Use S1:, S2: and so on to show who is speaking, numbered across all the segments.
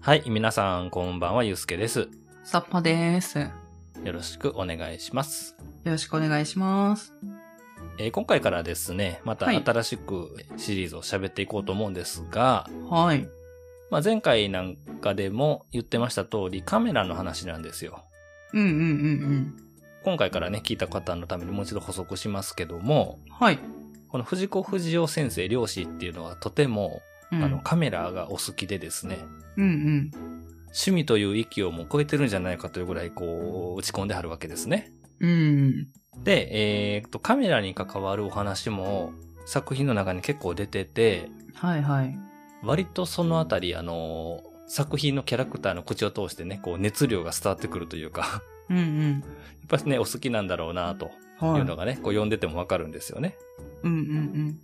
S1: はい、皆さん、こんばんは、ゆうすけです。
S2: さっぱです。よ
S1: よろしくお願いします。
S2: ろしくお願いします。
S1: えー今回からですね、また
S2: はい
S1: 新しくシリーズを喋っていこうと思うんですが、
S2: はい。
S1: まあ、前回なんかでも言ってました通り、カメラの話なんですよ。
S2: うんうんうん
S1: 今回からね、聞いた方のためにもう一度補足しますけども、
S2: うん。はい。
S1: この藤子不二雄先生漁師っていうのはとても、
S2: うん、
S1: あの、カメラがお好きでですね、
S2: うん
S1: 趣味という域をもう超えてるんじゃないかというぐらい、こう、打ち込んではるわけですね。
S2: うん。うん。
S1: で、えーっと、カメラに関わるお話も作品の中に結構出てて、
S2: はいはい。
S1: 割とそのあたり、あの、作品のキャラクターの口を通してね、こう熱量が伝わってくるというか、
S2: うんうん。
S1: やっぱりね、お好きなんだろうなとい
S2: は
S1: うのがね、こう読んでてもわかるんですよね。
S2: うんうん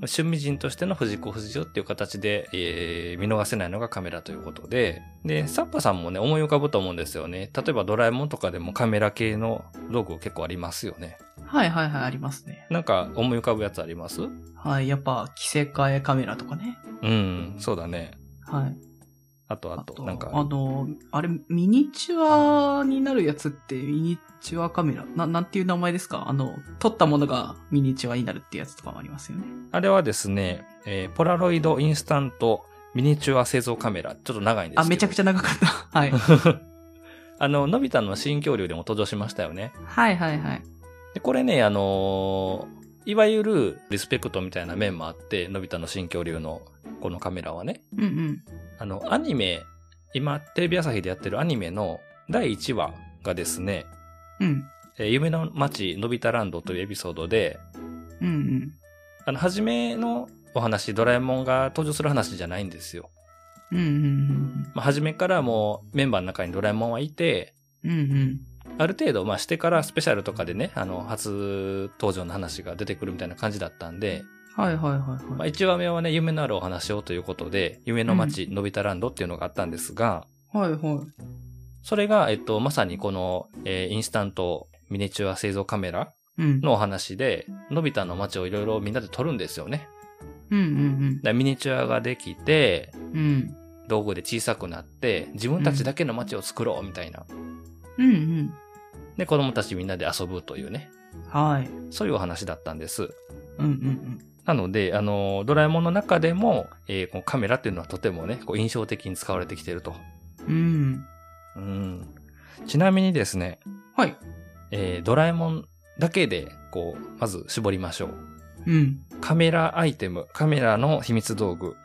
S1: 趣味人としての藤子不二雄っていう形で、えー見逃せないのがカメラということで、で、サッパさんもね、思い浮かぶと思うんですよね。例えばドラえもんとかでもカメラ系の道具結構ありますよね。
S2: うん。はいはいはい、ありますね。
S1: なんか思い浮かぶやつありますう
S2: はい。やっぱ、着せ替えカメラとかね。
S1: ん、そうだね。
S2: はい。
S1: あとあと、なんかあ
S2: あ
S1: る、
S2: の、あれ、ミニチュアになるやつって、ミニチュアカメラ。な、なんていう名前ですかあの、撮ったものがミニチュアになるってやつとかもありますよね。
S1: あれはですね、えーポラロイドインスタントミニチュア製造カメラ。ちょっと長いんですけど。
S2: あ、めちゃくちゃ長かった。 はい。
S1: ゃ。あの、のび太の新恐竜でも登場しましたよね。
S2: はいはいはい。
S1: で、これね、あのーいわゆるリスペクトみたいな面もあって、のび太の新恐竜のこのカメラはね、
S2: うんうん。
S1: あの、アニメ、今、テレビ朝日でやってるアニメの第1話がですね、
S2: うん。
S1: えー夢の街のび太ランドというエピソードで、
S2: うんうん。
S1: あの、初めのお話、ドラえもんが登場する話じゃないんですよ。
S2: うんうん
S1: まあ、初めからもうメンバーの中にドラえもんはいて、
S2: うんうん。うんうん。
S1: ある程度、まあ、してからスペシャルとかでね、あの、初登場の話が出てくるみたいな感じだったんで、
S2: はいはいはい
S1: ま
S2: は
S1: あ、
S2: い。
S1: 1話目はね、夢のあるお話をということで、夢の街、のび太ランドっていうのがあったんですが、
S2: はいはい。
S1: それが、えっと、まさにこの、えーインスタントミニチュア製造カメラ
S2: うん。
S1: のお話で、のび太の街をいろいろみんなで撮るんですよね。
S2: うんうん
S1: でミニチュアができて、
S2: うん。うん。
S1: 道具で小さくなって、自分たちだけの街を作ろうみたいな。
S2: うんうん。
S1: で、子供たちみんなで遊ぶというね。
S2: はい。
S1: そういうお話だったんです。
S2: うんうん
S1: なので、あの、ドラえもんの中でも、えーこのカメラっていうのはとてもね、こう印象的に使われてきてると。
S2: うん。
S1: う
S2: うん。
S1: ん。ちなみにですね、
S2: はい。
S1: えードラえもんだけで、こう、まず絞りましょう。
S2: うん。
S1: カメラアイテム、カメラの秘密道具、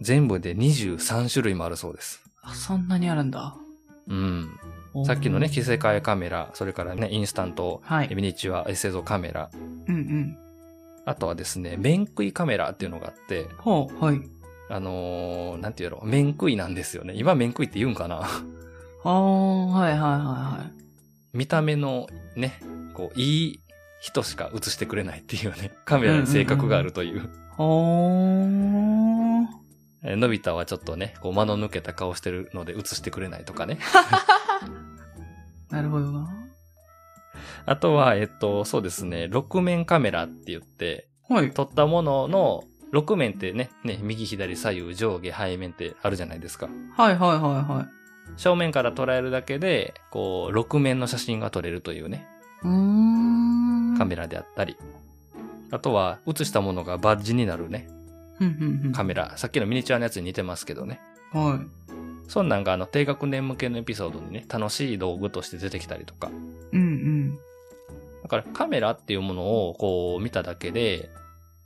S1: 全部で23種類もあるそうです。
S2: あそんなにあるんだ。
S1: うん。
S2: おー
S1: さっきのね、着せ替えカメラ、それからね、インスタント、
S2: はい
S1: ミニチュア、製造カメラ、
S2: うんうん。
S1: あとはですね、面食いカメラっていうのがあって、
S2: ほう、はい。
S1: あのー、なんていうの、面食いなんですよね。今面食いって言うんかな
S2: あー、はいはいは
S1: 見た目のね、こう、いい人しか映してくれないっていうね、カメラに性格があるという。
S2: いはい。ほー。
S1: えのび太はちょっとね、こう、間の抜けた顔してるので映してくれないとかね。
S2: なるほどな。
S1: あとは、えっと、そうですね、6面カメラって言って、
S2: はい。
S1: 撮ったものの、6面ってね、ね、右左左右上下背面ってあるじゃないですか。
S2: はいはいはいはい。
S1: 正面から捉えるだけで、こう、6面の写真が撮れるというね。
S2: うーん。
S1: カメラであったり、あとは映したものがバッジになるね、
S2: ラ。うんうんうん。
S1: カメラ。さっきのミニチュアのやつに似てますけどね。
S2: はい。
S1: そんなんがあの低学年向けのエピソードにね、楽しい道具として出てきたりとか。
S2: うん
S1: だからカメラっていうものをこう見ただけで、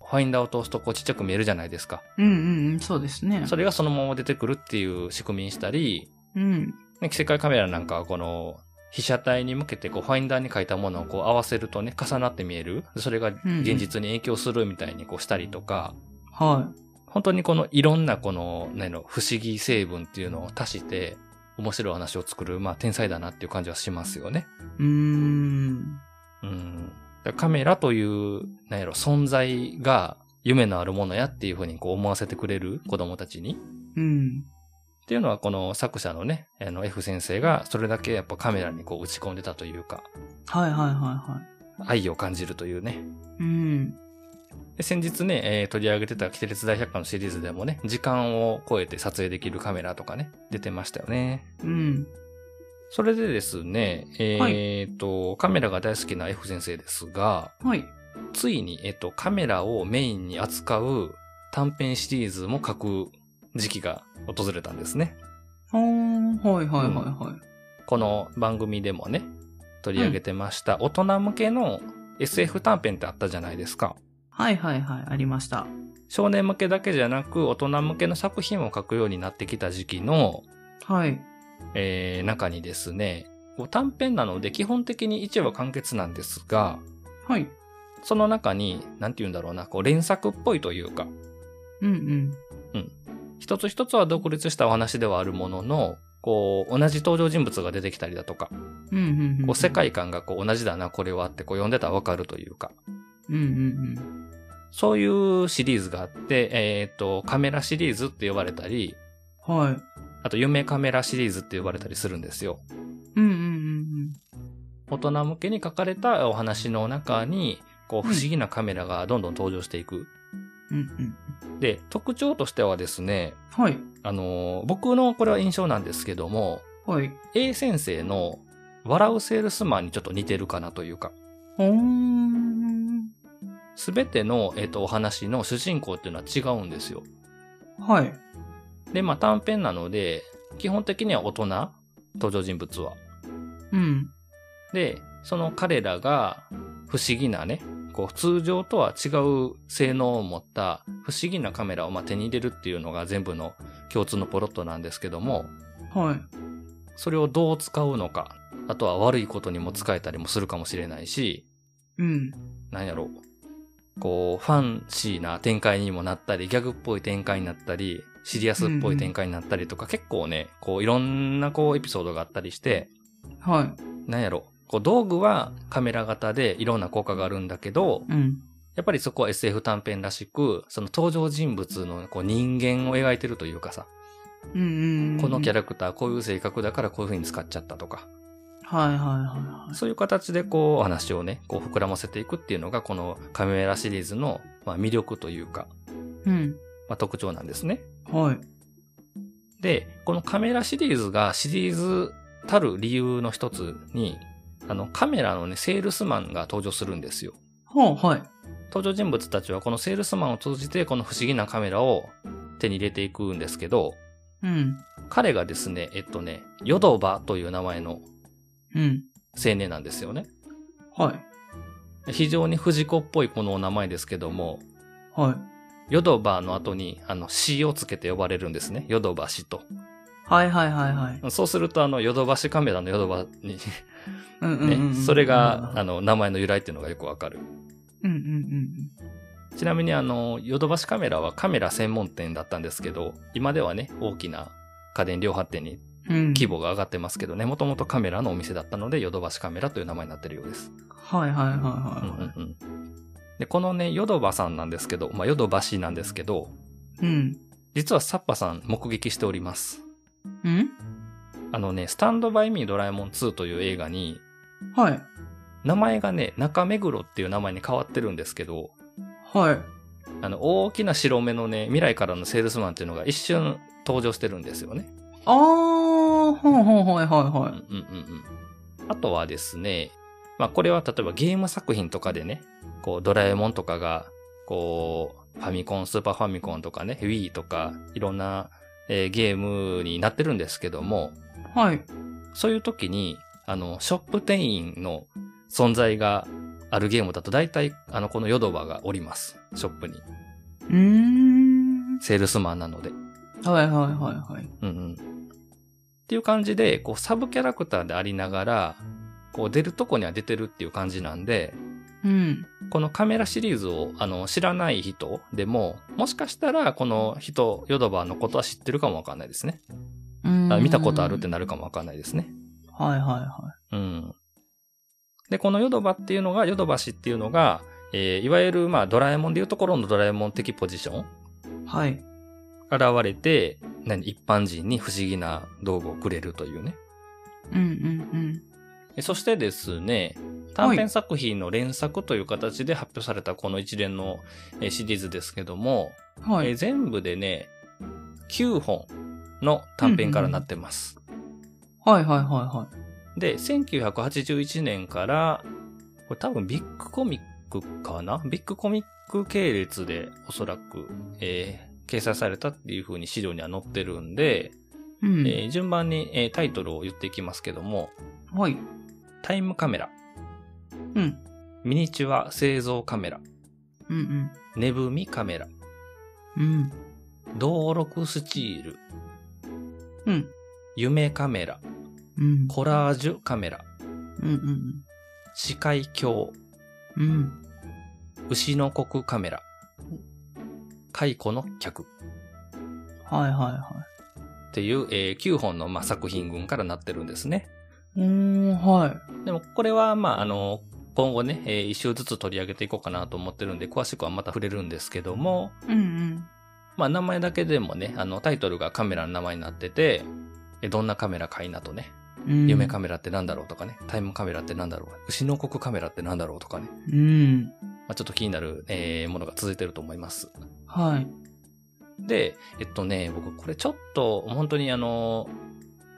S1: ファインダーを通すとこうちっちゃく見えるじゃないですか。
S2: うん。うんうんうん、そうですね。
S1: それがそのまま出てくるっていう仕組みにしたり、
S2: うん。
S1: ね、着せ替えカメラなんかはこの被写体に向けてこうファインダーに書いたものをこう合わせるとね、重なって見える。それが現実に影響するみたいにこうしたりとか、
S2: は
S1: 本当にこのいろんなこの、ね、の不思議成分っていうのを足して、面白い話を作る、まあ天才だなっていう感じはしますよね。
S2: い。うーん。
S1: うん。だからカメラという、なんやろ、存在が夢のあるものやっていうふうにこう思わせてくれる子供たちに。
S2: うん。
S1: っていうのはこの作者のね、あの F 先生がそれだけやっぱカメラにこう打ち込んでたというか、
S2: はいはいはいは
S1: 愛を感じるというね。
S2: い。うん。
S1: で先日ね、えー取り上げてた「キテレツ大百科」のシリーズでもね時間を超えて撮影できるカメラとかね出てましたよね
S2: うん。
S1: それでですねえーっと、カメラが大好きな F 先生ですが
S2: はい。
S1: ついに、えっと、カメラをメインに扱う短編シリーズも書く時期が訪れたんですね。
S2: あーはいはいはいはい。
S1: この番組でもね、取り上げてました、大人向けの SF 短編ってあったじゃないですか。
S2: はいはいはい、ありました。
S1: 少年向けだけじゃなく、大人向けの作品を書くようになってきた時期の、
S2: はい。
S1: えー中にですね、こう短編なので基本的に1話完結なんですが、
S2: はい。
S1: その中に、なんて言うんだろうな、こう連作っぽいというか、
S2: うんうん。
S1: 一つ一つは独立したお話ではあるものの、こう、同じ登場人物が出てきたりだとか、
S2: うんうんうん。
S1: こう、世。界観がこう、同じだな、これはって、こう、読んでたらわかるというか、
S2: うんうん
S1: そういうシリーズがあって、えっ、と、カメラシリーズって呼ばれたり、
S2: うん。はい。
S1: あと、夢カメラシリーズって呼ばれたりするんですよ。
S2: うんうんうん
S1: 大人向けに書かれたお話の中に、こう、不思議なカメラがどんどん登場していく。
S2: うん。うんうん。
S1: で、特徴としてはですね、
S2: はい。
S1: あのー僕のこれは印象なんですけども、
S2: はい。
S1: A 先生の笑うセールスマンにちょっと似てるかなというか、
S2: ほーん。
S1: すべての、えっとお話の主人公っていうのは違うんですよ。
S2: はい。
S1: で、まあ短編なので、基本的には大人、登場人物は。
S2: うん。
S1: で、その彼らが不思議なね、こう通常とは違う性能を持った不思議なカメラをまあ手に入れるっていうのが全部の共通のポロットなんですけども、
S2: はい。
S1: それをどう使うのか、あとは悪いことにも使えたりもするかもしれないし、
S2: うん。
S1: なんやろう、こう、ファンシーな展開にもなったり、ギャグっぽい展開になったり、シリアスっぽい展開になったりとか、結構ね、こう、いろんなこう、エピソードがあったりして、
S2: は
S1: なんやろう、こう、道具はカメラ型でいろんな効果があるんだけど
S2: い。、うん。
S1: やっぱりそこは SF 短編らしく、その登場人物のこう人間を描いてるというかさ、
S2: うんうんうん。
S1: このキャ
S2: ラ。
S1: ラクターこういう性格だからこういう風に使っちゃったとか、
S2: はいはいはいはい。
S1: そういう形でこうお話をね、こう膨らませていくっていうのがこのカメラシリーズのまあ魅力というか、
S2: うん。
S1: まあ、特徴なんですね。
S2: はい。
S1: で、このカメラシリーズがシリーズたる理由の一つに、あの、カメラのね、セールスマンが登場するんですよ。
S2: はあ、はい。
S1: 登場人物たちはこのセールスマンを通じて、この不思議なカメラを手に入れていくんですけど、
S2: うん。
S1: 彼がですね、えっとね、ヨドバという名前の
S2: うん。
S1: 青年なんですよね。
S2: はい。
S1: 非常に藤子っぽいこのお名前ですけども、
S2: はい。
S1: ヨドバの後に、あの、詩をつけて呼ばれるんですね。ヨドバ氏と。
S2: はいはいはいはい。
S1: そうすると、あの、ヨドバシカメラのヨドバに
S2: うんうんうんう
S1: ね
S2: ん。、
S1: それが、あの、名前の由来っていうのがよくわかる。
S2: うんうんうん
S1: ちなみに、あの、ヨドバシカメラはカメラ専門店だったんですけど、今ではね、大きな家電量販店に
S2: うん。うん。
S1: 規模が上がってますけどね、もともとカメラのお店だったので、ヨドバシカメラという名前になってるようです。
S2: はいはいはい
S1: うん
S2: は
S1: うんうん。で、このね、ヨドバさんなんですけど、まあ、ヨドバシなんですけど、
S2: い。うん。
S1: 実はサッパさん目撃しております。
S2: うん
S1: あのね、スタンドバイミードラえもん2という映画に、
S2: はい。
S1: 名前がね、中目黒っていう名前に変わってるんですけど、
S2: はい。
S1: あの、大きな白目のね、未来からのセールスマンっていうのが一瞬登場してるんですよね。
S2: あー、ほんほんはいはい
S1: うん
S2: は
S1: うん
S2: い。
S1: うんうん。あとはですね、まあこれは例えばゲーム作品とかでね、こうドラえもんとかが、こう、ファミコン、スーパーファミコンとかね、Wii とか、いろんな、えーゲームになってるんですけども、
S2: はい。
S1: そういう時に、あの、ショップ店員の存在があるゲームだと大体、あの、このヨドバがおります。ショップに。
S2: うーん。
S1: セールスマンなので。
S2: はいはいはいはい。
S1: うんうん。っていう感じで、こう、サブキャラクターでありながら、こう、出るとこには出てるっていう感じなんで、
S2: うん。
S1: このカメラシリーズを、あの、知らない人でも、もしかしたら、この人、ヨドバのことは知ってるかもわかんないですね。
S2: うーん
S1: あ見たことあるって。なるかもわかんないですね。
S2: はいはいは
S1: うん。で、このヨドバっていうのが、ヨドバシっていうのが、えーいわゆる、まあ、ドラえもんでいうところのドラえもん的ポジション
S2: い。はい。
S1: 現れて、何、一般人に不思議な道具をくれるというね。
S2: うんうん
S1: えそしてですね、短編作品の連作という形で発表されたこの一連のえシリーズですけども、
S2: は
S1: え
S2: い。
S1: 全部でね、9本の短編からなってます。
S2: はいはいはいは
S1: で、1981年から、これ多分ビッグコミックかなビッグコミック系列でおそらく、えー掲載されたっていう風に資料には載ってるんで、
S2: い。うん。
S1: えー順番に、えータイトルを言っていきますけども、
S2: はい。
S1: タイムカメラ、
S2: うん。
S1: ミニチュア製造カメラ、
S2: うん
S1: ネブミカメラ、
S2: うん。うん。
S1: 動録スチール、
S2: うん。
S1: 夢カメラ、
S2: うん。
S1: コラージュカメラ、
S2: うんうん
S1: 視界鏡、
S2: うん。うん。
S1: 牛の国カメラ、蚕の客。
S2: はいはいは
S1: っていう、えー9本の、まあ、作品群からなってるんですね。
S2: い。おー、はい。
S1: でもこれは、まあ、あの、今後ね、えー一周ずつ取り上げていこうかなと思ってるんで、詳しくはまた触れるんですけども、
S2: うん
S1: まあ、名前だけでもね、あの、タイトルがカメラの名前になってて、えどんなカメラかいなとね、
S2: うん。
S1: 夢カ
S2: メ
S1: メラってなんだろうとかね、タイムカメラってなんだろう、牛の国カメラってなんだろうとかね、
S2: うん。
S1: まあ、ちょっと気になる、えーものが続いてると思います。
S2: はい。
S1: で、えっとね、僕これちょっと本当にあの、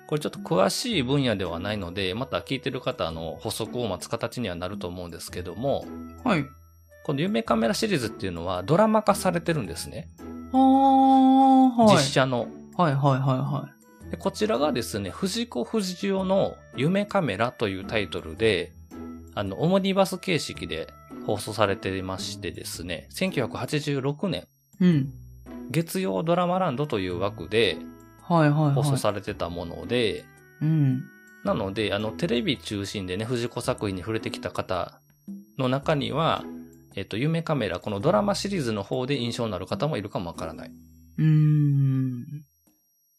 S1: これちょっと詳しい分野ではないので、また聞いてる方の補足を待つ形にはなると思うんですけども、
S2: はい。
S1: この夢カメラシリーズっていうのはドラマ化されてるんですね。
S2: あー、はい。
S1: 実写の。
S2: はいはいはいは
S1: でこちらがですね、藤子不二雄の夢カメラというタイトルで、あの、オモニバス形式で放送されていましてですね、1986年、
S2: い。うん。
S1: 月曜ドラマランドという枠で
S2: はいはいはい。
S1: 放送されてたもので、
S2: うん。
S1: なので、あの、テレビ中心でね、藤子作品に触れてきた方の中には、えっと、夢カメラ、このドラマシリーズの方で印象になる方もいるかもわからない。
S2: うーん。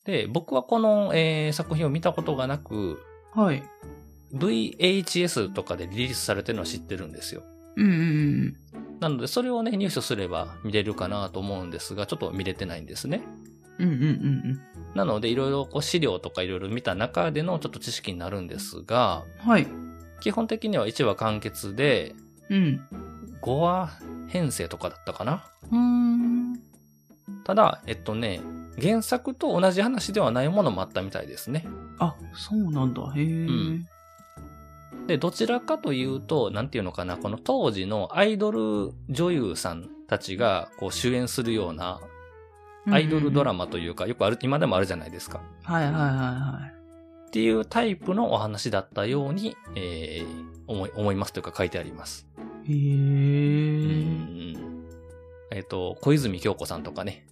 S1: で、僕はこの、えー作品を見たことがなく、
S2: はい。
S1: VHS とかでリリースされてるのは知ってるんですよ。
S2: うんうん
S1: なので、それをね、入手すれば見れるかなと思うんですが、ちょっと見れてないんですね。
S2: うん。うんうんうん
S1: なので、いろいろこう資料とかいろいろ見た中でのちょっと知識になるんですが、
S2: うん。はい。
S1: 基本的には1話完結で、
S2: うん。
S1: 5話編成とかだったかな
S2: うーん。
S1: ただ、えっとね、原作と同じ話ではないものもあったみたいですね。
S2: あ、そうなんだ。へえ。
S1: んで、どちらかというと、なんていうのかな、この当時のアイドル女優さんたちがこう主演するようなアイドルドラ
S2: マ。
S1: マというか、よくある、今でもあるじゃないですか。
S2: はいはいはいはい。
S1: っていうタイプのお話だったように、えー思い、思いますというか書いてあります。
S2: へ
S1: う
S2: え。
S1: ん。えっと、小泉京子さんとかね。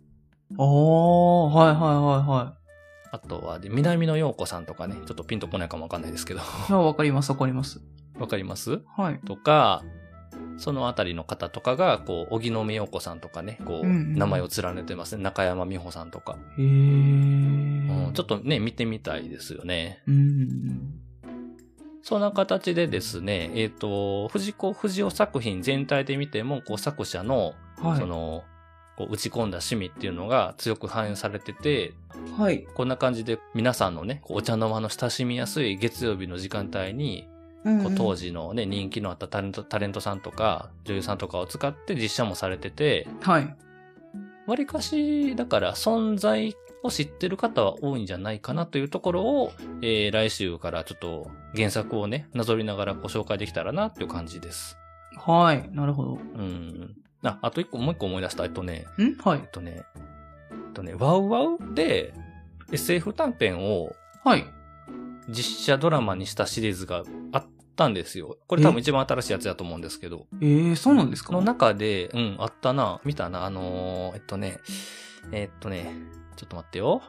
S2: ああ、はいはいは
S1: あとは、で南野陽子さんとかね。ちょっとピンとこないかもわかんないですけど。
S2: いはい。いや、わかりますわかります。
S1: わかります
S2: はい。
S1: とか、そのあたりの方とかが、こう、荻野目洋子さんとかね、こう、
S2: うんうん
S1: 名前を連ねてますね。中山美穂さんとか、
S2: へえ。
S1: うん。ちょ
S2: っと。
S1: っとね、見てみたいですよね。
S2: うん。
S1: そんな形でですね、えっ、と、藤子不二雄作品全体で見ても、こう、作者の、
S2: はい
S1: そ。の、こう打ち込んだ趣味っていうのが強く反映されてて、
S2: はい。
S1: こんな感じで皆さんのね、こうお茶の間の親しみやすい月曜日の時間帯に、
S2: うん
S1: こう当
S2: 時。
S1: 時のね、人気のあったタレント、タレントさんとか、女優さんとかを使って実写もされてて、
S2: はい。
S1: わりかし、だから存在を知ってる方は多いんじゃないかなというところを、えー来週からちょっと原作をね、なぞりながらご紹介できたらなっていう感じです。
S2: はい。なるほど。ん
S1: うん。あ、あと一個、もう一個思い出した。えっとね、
S2: は
S1: え
S2: い
S1: っ。とね、えっとね、ワウワウで SF 短編を
S2: はい。
S1: 実写ドラマにしたシリーズがあったんですよ。これ多分一番新しいやつだと思うんですけど。
S2: ええ、そうなんですか
S1: の中で、うん、あったな、見たな、あのー、えっとね、えっとね、ちょっと待ってよ。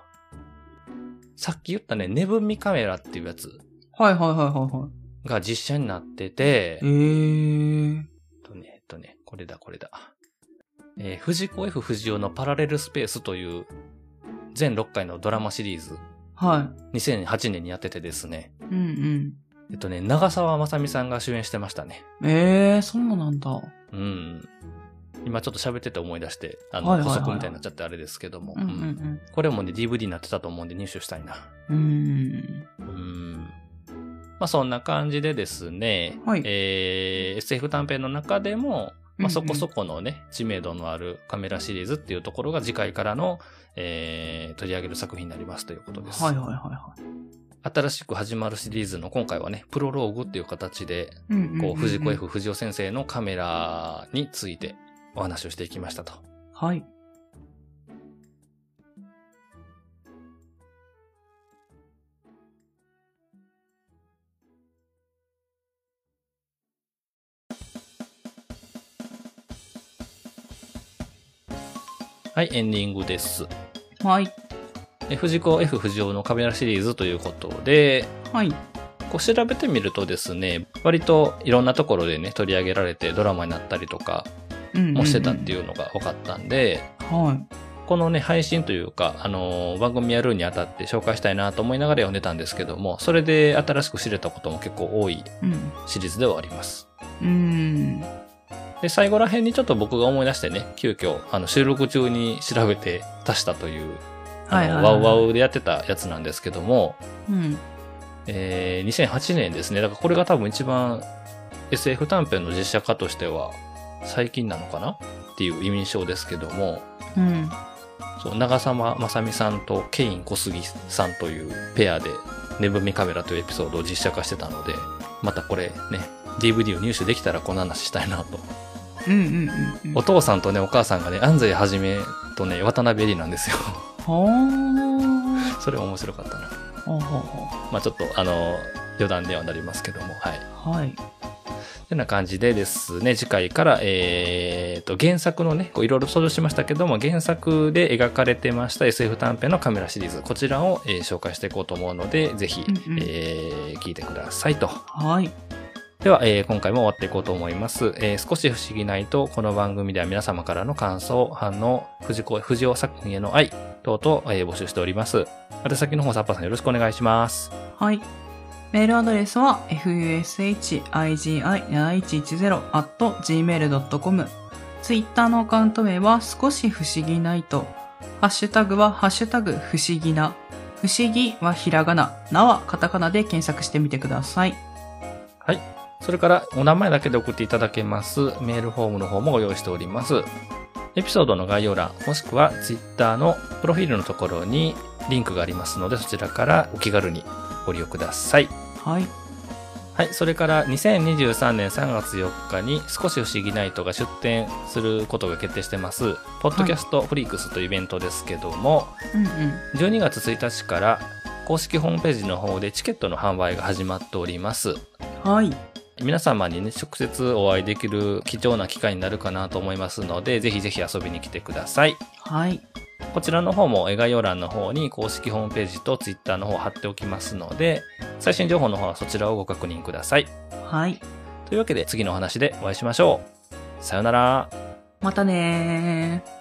S1: さっき言ったね、ネブミカメラっていうやつ
S2: はいはいはいはいはい。
S1: が実写になってて、えっ
S2: ええー。
S1: とね、えっとね、これだ、これだ。えー藤子 F 不二雄のパラレルスペースという全6回のドラマシリーズ、
S2: は
S1: 2008年にやっててですね、
S2: い。うん
S1: えっとね、長澤まさみさんが主演してましたね。
S2: うん。ええー、そうなんだ。
S1: うん。今ちょっと喋ってて思い出して、あの、
S2: はいはいはい
S1: 補足みたいになっちゃってあれですけども。
S2: うんうん
S1: これもね、DVD になってたと思うんで入手したいな。
S2: うん。うん。
S1: うーん。まあそんな感じでですね、
S2: はい
S1: えー SF 短編の中でも、
S2: うん
S1: まあ、
S2: うん
S1: そこそこのね、知名度のあるカメラシリーズっていうところが次回からの、えー取り上げる作品になりますということです。
S2: はいはいはいはい。
S1: 新しく始まるシリーズの今回はね、プロローグっていう形で、
S2: うんうんうん
S1: こ
S2: うん
S1: う、藤子。F 不二雄先生のカメラについてお話をしていきましたと。
S2: はい。
S1: はい、エンディングです。
S2: はい。
S1: え藤子 F 不二雄のカメラシリーズということで、
S2: はい。
S1: こう調べてみるとですね、割といろんなところでね、取り上げられてドラマになったりとか
S2: うん。
S1: もしてたって
S2: い
S1: いうのが分かったんで、
S2: うん。は
S1: このね、配信というか、あのー番組やるにあたって紹介したいなと思いながら読んでたんですけども、それで新しく知れたことも結構多い
S2: い。うん。
S1: シリーズではあります。
S2: うん。
S1: で、最後ら辺にちょっと僕が思い出してね、急遽、あの、収録中に調べて足したという、あの、ワウワ
S2: ウ。
S1: ウでやってたやつなんですけども、
S2: うん。
S1: えー2008年ですね。だからこれが多分一番 SF 短編の実写化としては最近なのかなっていう印象ですけども、
S2: うん。
S1: そう長澤まさみさんとケイン小杉さんというペアで、ねぶみカメラというエピソードを実写化してたので、またこれね、DVD を入手できたらこの話したいなと。
S2: うんうんうん。
S1: お父さんとね、お母さんがね、安西はじめとね、渡辺里なんですよ。
S2: は
S1: それ面白かったな。
S2: あ。はあは
S1: まあちょっと、あの、余談ではなりますけども、はい。
S2: あはあ。はい。
S1: てな感じでですね、次回から、えー、と、原作のね、こういろいろ登場しましたけども、原作で描かれてました SF 短編のカメラシリーズ、こちらを、えー紹介していこうと思うので、ぜひ、
S2: うんうん
S1: えー聞いてくださいと。
S2: はい。
S1: では、えー今回も終わっていこうと思います。えー少し不思議ないと、この番組では皆様からの感想、反応、藤子、藤尾作品への愛、等々、えー募集しております。宛先の方、サッパさんよろしくお願いします。
S2: はい。メールアドレスは fushigi7110.gmail.com。ツイッターのアカウント名は少し不思議ないと。ハッシュタグはハッシュタグ不思議な。不思議はひらがな。なはカタカナで検索してみてください。
S1: それから、お名前だけで送っていただけますメールフォームの方もご用意しております。エピソードの概要欄、もしくは Twitter のプロフィールのところにリンクがありますので、そちらからお気軽にご利用ください。
S2: はい。
S1: はい、それから2023年3月4日に少し不思議ナイトが出展することが決定してます、ポッドキャストフリークスというイベントですけども、
S2: うん
S1: 12月1日から公式ホームページの方でチケットの販売が始まっております。
S2: うん。はい。
S1: 皆様にね、直接お会いできる貴重な機会になるかなと思いますので、ぜひぜひ遊びに来てください。
S2: はい。
S1: こちらの方もえー概要欄の方に公式ホームページと Twitter の方を貼っておきますので、最新情報の方はそちらをご確認ください。
S2: はい。
S1: というわけで次のお話でお会いしましょう。さようなら。
S2: またねー。